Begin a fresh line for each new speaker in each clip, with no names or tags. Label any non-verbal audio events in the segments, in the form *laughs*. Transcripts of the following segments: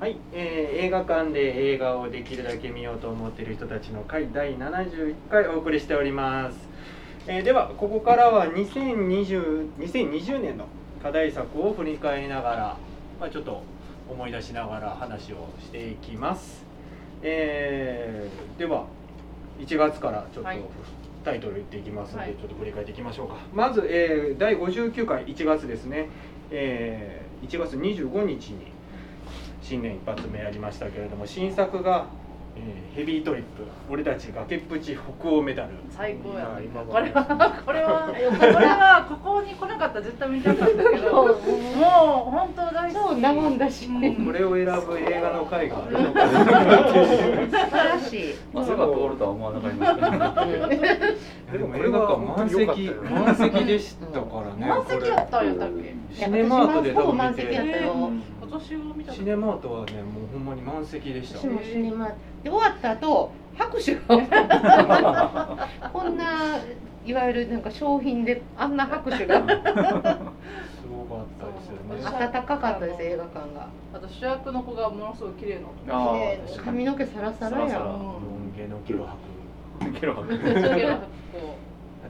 はい、えー映画館で映画をできるだけ見ようと思っている人たちの会第71回お送りしております、えーではここからは2020 2020年の課題作を振り返りながら、まあ、ちょっと思い出しながら話をしていきます、えーでは1月からちょっと、
はい
タイトル言っていきますので、
はい
ちょっと振り返っていきましょうかまず、えー第59回1月ですね、えー1月25日に新年一発目やりましたけれども新作が、えーヘビートリップ俺たち崖っぷち北欧メダル」
最高やね
今
これ
頃
はこれはこれはここに来なかったら絶対見たかったけどもう本当大好
そ
き
んなもんだし。
これを選ぶ映画の回があるのか
素晴らしい
まさか通るとは思わなかったです
*laughs* で
けど。
もこれが満席満席でしたからね
満席やったんやったっけ
シネマートで多分見
満席やってた
う
よ
ん。今年は見た
シネマートはねもうほんまに満席でした
私も死にまで終わった後拍手がこんないわゆるなんか商品であんな拍手が
すごかったですよね。
温かかったです映画館が
あと主役の子がものすごい綺麗な
ああ
で髪の毛サラサラ
サラ
や
サ
ん
ロ
ラ
ン毛のキロ博。
ケロ
女綺麗な
あ
子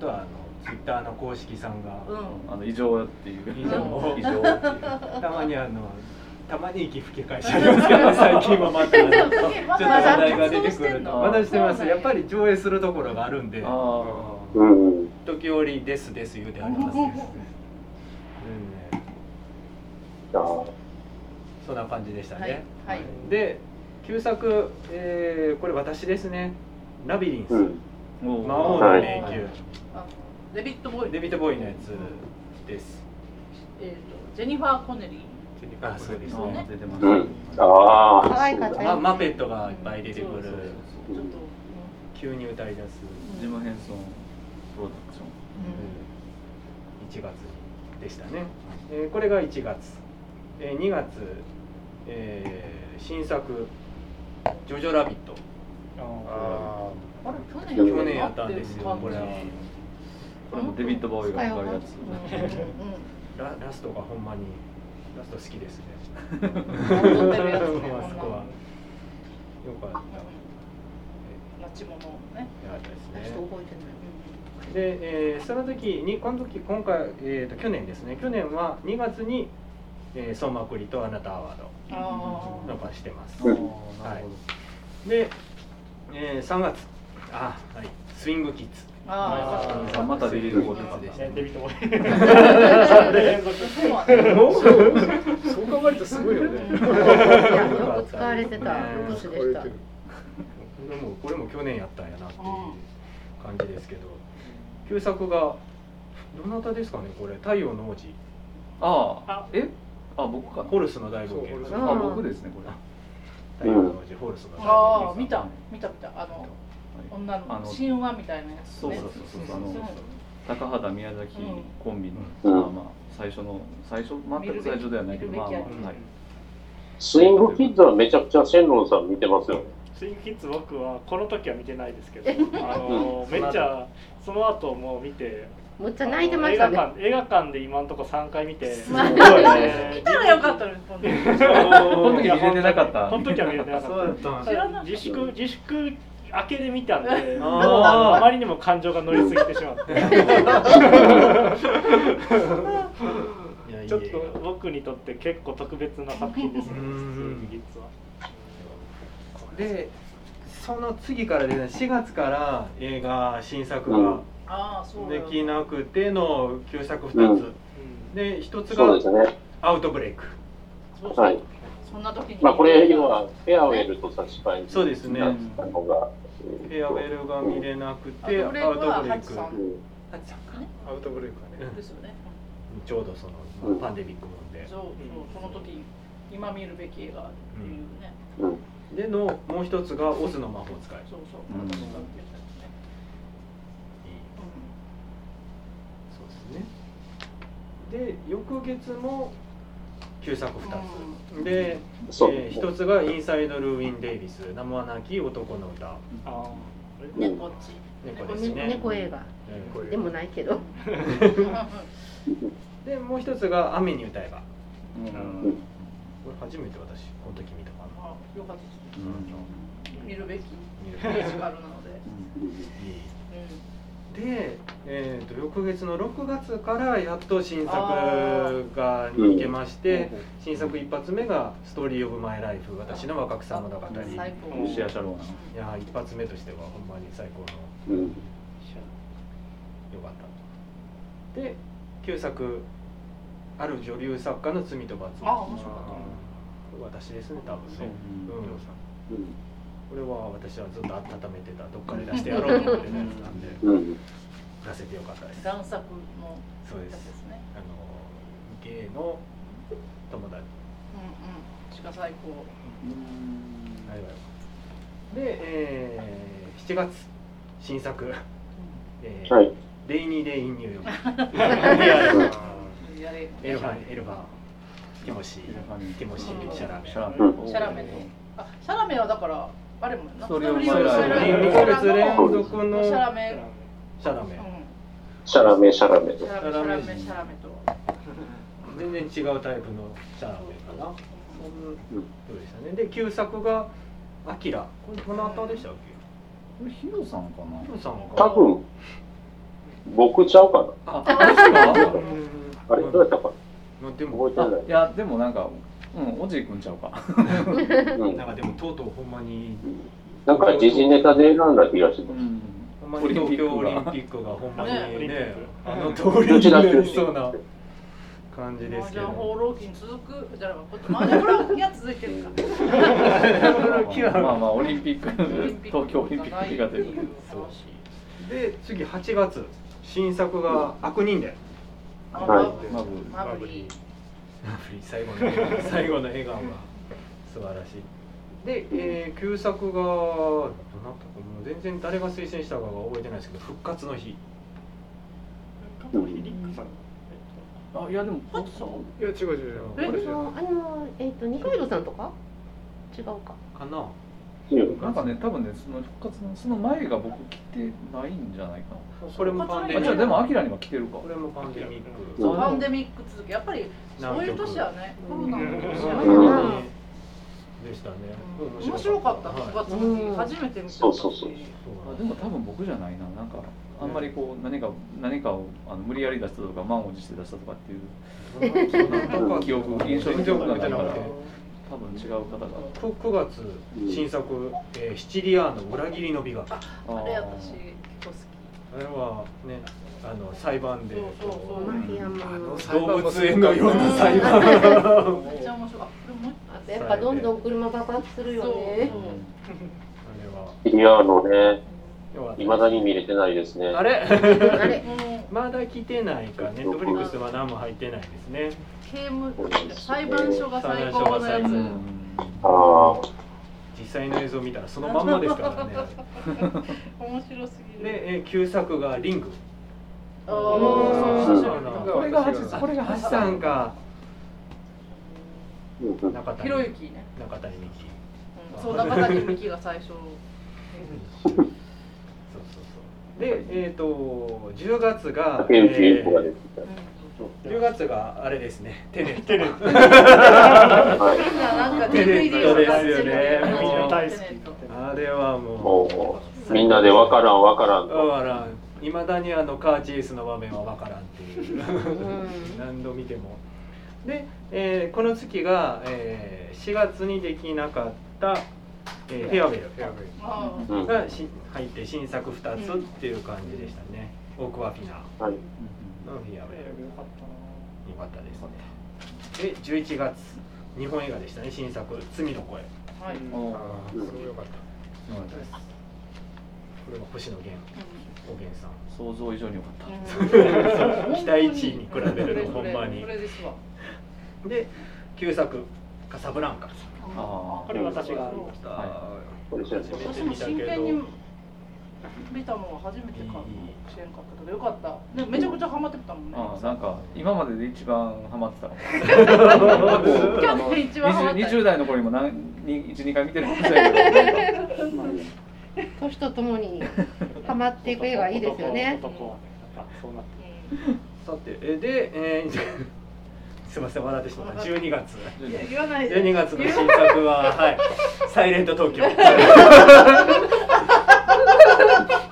とはあのツイッターの公式さんが、
うん
あの異常っていう。
異
*laughs*
常
異常っていう。
たまにあのたまに息吹き返してますけど最近はまたちょっと
ま
話
だ
題が出てくると
ま
ま
だ
だ
活動して
して
んの
ますやっぱり上映するところがあるんで
あ
うん。
時折ですです言うてありますけど、うん
ああ。
そんな感じでしたね、
はいはい
で旧作、えーこれ私ですねラビリンス、
うん。
あ。も
魔王の迷
は
宮、
いあのデビッド・ボイ
デ
ル
ビッド・ボーイのやつです
えーとジェニファー・コネリ
あそうです
あ
ね
出てま
う
した。
ああ。
可愛かった
ま、マペットがいっぱい出てくる
そうそうーちょっと
急に歌い出す、
ジムヘンソンプロダクション。
1月でしたね、えーこれが1月、えー2月、えー新作「ジョジョラビット
あ
あれ去」年
去年やったんですよこれは
これもデビッドボーイが
使い
や
終
る
わ
や
っ
つ。
ララストがほんまにラスト好きですね
踊ってるやつね
*laughs* もうあそこはよかった
ナチモノね
よかったですね
ちょっと覚えてない
で、えーその時にこの時今回、えーと去年ですね去年は2月に「えー、ソンマクリとあなたアワード
あ」
なんかしてます
うん
ああなる
で、えー3月あはいスイングキッズ
あああよかった
ほど。また出れることか。
そうはね
そう考えるとすごいよね。
いやよく使われてた
ね
ロスでした
これもこれも去年やったんやなっていう感じですけど旧作がどなたですかねこれ「太陽の王子」
ああ。え？あ僕
「
かな。
ホルスの大冒険」
*laughs* そうホルス
あ僕ですねこれ。
「太陽の王子」「ホルスの大冒険」
ああ見た見た見たあの女
あ
の
の
神話みたいなやつ
そう
ね
そうそうそうあ
うん
の高畑宮崎コンビの、
うん
まあまあ最初の最初全く最初ではないけど
見る
まあ
べき見
まあ
るべ
き
はい
スイングキッズはめちゃくちゃシェンロンさん見てますよ。
スイングキッズ僕はこの時は見てないですけど、あのめっちゃその後も見て、
むっちゃ泣いてました
映
ね
画館映画館で今のとこ三回見て、す
ごい見たらよかったのにこんなの
この時見れてなかった
この時は見れてなか
そうだ
っ
ったん
知ら
た。
なかっ
自粛自粛明けで見たんで、
あー
もうあまりにも感情が乗りすぎてしまって、
いやいい
ちょっ
映
と僕にとって結構特別な作品ですね。スイ
う
ン
ん
グキッズは。
画でその次からですね4月から映画新作
うん
が
ああそう
でき
い
なくての旧作2つ、
うん
うん
で1つ
そう
が
ですね。
アウトブレイク
そうそ
は
う
い。
そんな時に
まあこれ要はフェアウェルと差し替え
そうですね
なんかのが。
フェアウェルが見れなくて
アウトブレイ
ア
ク
ウト
は
ブレイク
ハチさん
うん。
ハチさんか
アウトブレイクはね。
ですよね
ちょうどその、まあパ
うん
ンデミックもんで
そうそうその時今見るべき映画っていうね
うん。
でのもう一つがオスの魔法使い
そうそう
うん
私が見てたやつね
そうですねで翌月も旧作2つ、
うん
で、
そう。
え1つが「インサイド・ルーウィン・デイビス名もなき男の歌
あーあれ
ねこっち」
猫
そ
で
う
すね
ね猫映画
うん
でもないけど
でもう一つが「雨に歌えば」
うん
うん
これ初めて私この時見たかな
良かったですね
うん
見るべき
見
*laughs*
る
ミュージカルなので、
で、えー、と翌月の6月からやっと新作
あ
が行けまして
うん
新作一発目が「ストーリー・オブ・マイ・ライフ私の若草物語」い
うん、
や
最高、
う
うんんシアシャローナ
ー一発目としてはほんまに最高の
うん
良かったで旧作ある女流作家の罪と罰
あ面白か
った
うん私ですね多分ね
うん
うん
うん
これは私はずっと温めてたどっかで出してやろうと思ってたやつなんで
うん
出せてよかったです
贋作の
そうで
やつ
す
ですね
あの芸の友達
うんうんしか最高
あれはよかったで、えー7月新作、えー
はい
レイニー・デイ・イン・ニューヨーク
無理やり
エルファンエルファンティモシーティモシー・シャラメ
シャラメ
う
シャラメのあシャラメはだからあれもな
ストーリーオブ
スト
マイライフ
2ヶ月連続の
シ
シ
ャラ
ャ
メ、
ラ
う
メ
ん、
シャラメシャラメと
シャラメシャラメシャラメと
全然違うタイプのシャラメかなそうでしたねで旧作が「アキラ」これどなたでしたっけ
これヒロさんかな
ヒロさんか
多分僕ちゃうか
あ
な
そうです
あれどうやったか
まあでも
覚え
かいやでもなんかうんおじいくんちゃうか
てない、うん
なんかでもとうとうほんまに
なんか時事ネタで選んだ気がし
う
ま
ん
ほんまに東京オリンピックがほんまに
ね
オリンピ
ね
ック
あの通りになりそうな感じで
マ
すけ
ージャ
ど
ン *laughs* 放浪記に続くじゃあマージャン放浪記が続いてるか
まあまあオリンピック
オリンピック
東京オリンピックが出る
ないっていう話
で次8月新作が「悪人伝
あの
はい
まず」
マブリー
最後の最後の笑顔が素晴らしいで、えー旧作がどなたかもう全然誰が推薦したかが覚えてないですけど「復活の日
うんリリックさん
あいやでも
ホッソ
いや違う違う
え
違う。
あのあのえっ、と二階堂さんとか違うか。」
かな
すうん
なんかね多分ねその復活のその前が僕来てないんじゃないか
これもパンデ
なあ
ミ
じゃあで
ック
もアキラには来てるか
これもパンデミック
うん
パンデミック続きやっぱりそういう年はねコロナの年や
うん
ね
でしたね
うん面白かった
はい
復活の日初めて見た
そうそうそう
あでも多分僕じゃないななんかあんまりこう何か何かをあの無理やり出したとか満を持して出したとかっていう記憶印象的なことがないから多分違う方が
九九月新作、えーシチリアーノ裏切りの美学。あ
あれ私結構好き
れはね、あの裁判で
そうそうそう
こ
マ
う
フィアも。
動物園のような裁判。
めっちゃ面白かったこれもう
あとやっぱどんどん車爆発するよね。
あ
いやあのね
れは。
未だに見れてないですね
あれ
あれ
一回もう
まだ来てないか、ネットフリックスは何も入ってないですね。
刑務裁判所が最高のやつ
う
うん
ああ
実際の映像見たらそのまんまですからね。
面白すぎる
で、えー旧作がリング。
あーそうそう
うん
そう
これが初これが
橋
初
さ
さん
んか
うんうん
中谷
ひろゆきね
中谷美紀。
うんそう中谷美紀が最初
そうそうそう。で、えっ、と10月が、
竹内優子が出てき
10月があれですね。テネット。
たはい
変ななんか
テレ
DVD を
東
買っ
で
て
すよね
る
もう
みんな
大好き
テネット
あれはも
もうみんなでわからんわからん
う。
と
わからん。いまだにあのカーチェイスの場面はわからんって
*laughs*
いう。
うん
何度見ても。で、えーこの月が、えー4月にできなかった、えーフェアウェ
やばい
あー
う
ル
ん
がし入って新作2つっていう感じでしたね。オークワフィナ
はい
ーのフェアウェル。
よかったな
良かったですね。で、11月、日本映画でしたね、新作、罪の声。
はい
うん
お
ああ、すごいよかった。
これは星野源、おげんさん。
想像以上に良かった
うん
期待値に比べると
これ
ほんまに
これですわ
で、旧作、カサブランカ。
あ
これ私が
は
これじゃあ
私も真剣に見たのは初めてかもしれんかったけどよかったでめちゃくちゃハマってたもんね
あなんか今までで一番ハマってたかも
去年一番ハマった
20 20代の頃にも12回見てるかもしれないけど
年とともにハマっていく絵はいいですよね。
男男やっぱそうなって
さて、えで、えーすみません、笑ってしまった。12月。
うんいや言わないで
12月の新作は、はい。サイレント東京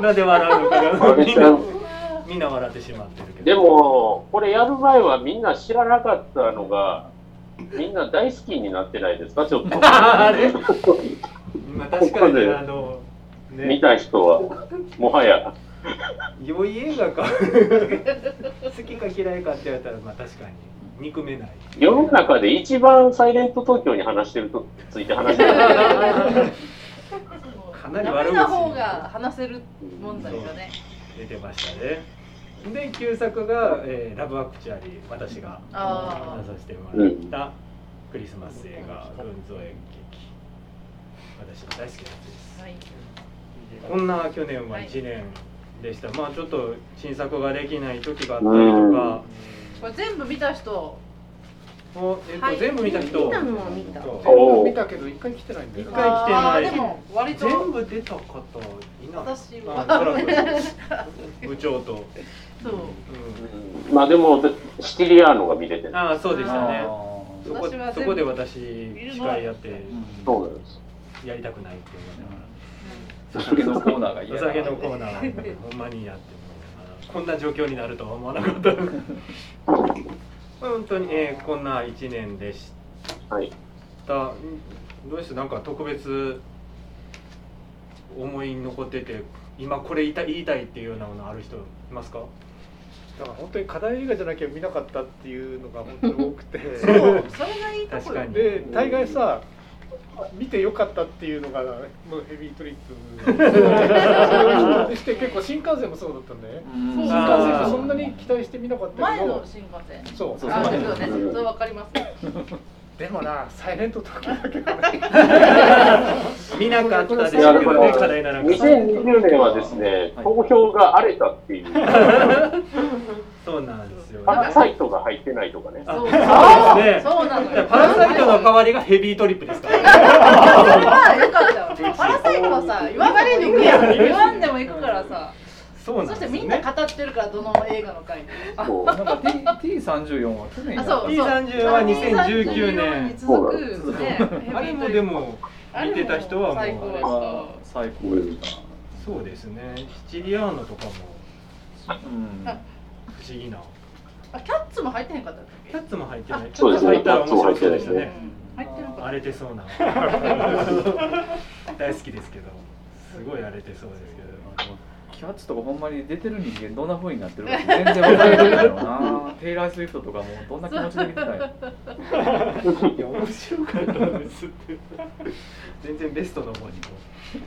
なんで笑うのか
あ
な
れ
みん
ちゃ
なんみんな笑ってしまってるけど
でも、これやる前はみんな知らなかったのが、みんな大好きになってないですか、ちょっと。
あ
*laughs*
れまあ確かにねあの
見
ね
た人は、もはや。
良い映画か好きか嫌いかって言われたらまあ確かに憎めない
世の中で一番サイレント東京に話してるとついて話してる。
かなり
ダ
悪口
メな方が話せる問題だね。
出てましたねで旧作が、えーラブアクチュアリー」私が
あ
話させてもらったクリスマス映画「群像演劇」私の大好きなやつです
あ、はい。
こんな去年は1年でした、まあちょっと新作ができない時があったりとか、
これ全部見た人、
もうえっと
はい
全部見た人、
見たのは見た。
そう
おー
見たけど一回来てないんだよ
一
ね
回来てない
あーでも割と
全部出た方いない
私
まあ
は、
トラブ
*laughs*
ル部長と、
そう。
う
まあでも、シティリアーノが見れてる
ん、。ああそうでしたねそこ
私は
そ
全部
こで私司会やって
そううなんです。
やりたくないって思いながら
お酒のコーナーが嫌
お
だ
酒のコーナーはほんまにやってもこんな状況になるとは思わなかった本当に、えーこんな1年でし
はい。
たんどうしてなんか特別思いに残ってて今これ言いたい言いたいっていうようなものある人いますか
だから本当に課題映画じゃなきゃ見なかったっていうのが本当に多
*laughs*
くて
そう、それがいいとこ
確
ろ
か。に
で大概さ見てよかったっていうのがもうヘビートリップ
*laughs*
それを人として結構新幹線もそうだったんだよね
うん
そう
新幹線もそんなに期待して見なかったけ
前の
ど
新幹線。
そう
そう
あ、そ
前の
うね。それわかります。
でもなサイレント東京だけどね
見なかったでし
いや
ょ
だ
うけ
か
どね
ら
課題なら
2020年はですね、投票が荒れたっていう、
そうなんですよね
パラサイトが入ってないとかね。
そう。そう
あそうですね
そうなのよ。
パラサイトの代
そ
わりがヘビートリップですから
れは良かったよ。パラサイトはさ、言われに行くや *laughs* ん。言わんでも行くからさ。
そうな
そ
ん
し
です
てみんな
ね
語ってるからどの映画の回で。
そう
なんか T 三十四は去年やった
あそう
P30 は2019
34に
年
続くね。
あれもでも見てた人はもう
最高でした
あー最高でした。
そうですねシチリアーノとかも
うん。
不思議な
あ、キャッツも入ってへんかったっ
キャッツも入ってない
あ
キャッツ入ったら面白そうでした
け。
そうです
ね
うん入ってるか
荒れてそうな *laughs* 大好きですけどすごい荒れてそうですけど
キャッツとかほんまに出てる人間どんな風になってるか全然わからないだろう
*laughs*
な。テイラー・スウィフトとかもどんな気持ちで見てたんや
いや面白かったですって全然ベストの方にこ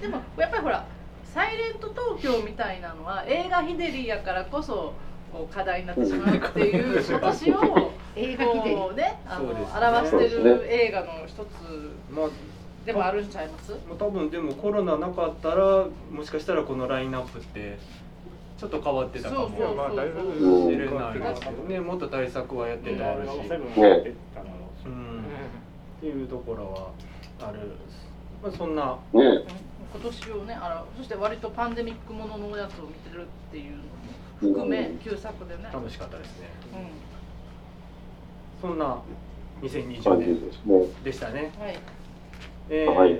でもやっぱりほら「サイレント東京」みたいなのは映画ヒデリやからこそこう課題になってしまうっ
*laughs*
ていう今年を
映画ひで
こうねあの
そうです
表してる映画の一つ
うまあ
でもあるんちゃいます
もう多分でもコロナなかったらもしかしたらこのラインナップってちょっと変わってたかも
そう
し
そ
れ
う
な
まあだいぶ
そう
いですけどねもっと対策はやってたやろうし、う
ね
ん、っていうところはある、まあ、そんな
ね
今年をねあらそして割とパンデミックもののやつを見てるっていうのも
うん
含め旧作でね、
楽しかったですね
う
そんな2020
感じ
年
ですね。
でしたね、
ん、はい
えー
はい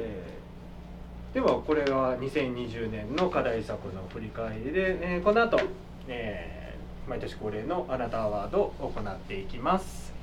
ではこれは2020年の課題作の振り返りで、えーこの後、えー毎年恒例のアナタアワードを行っていきます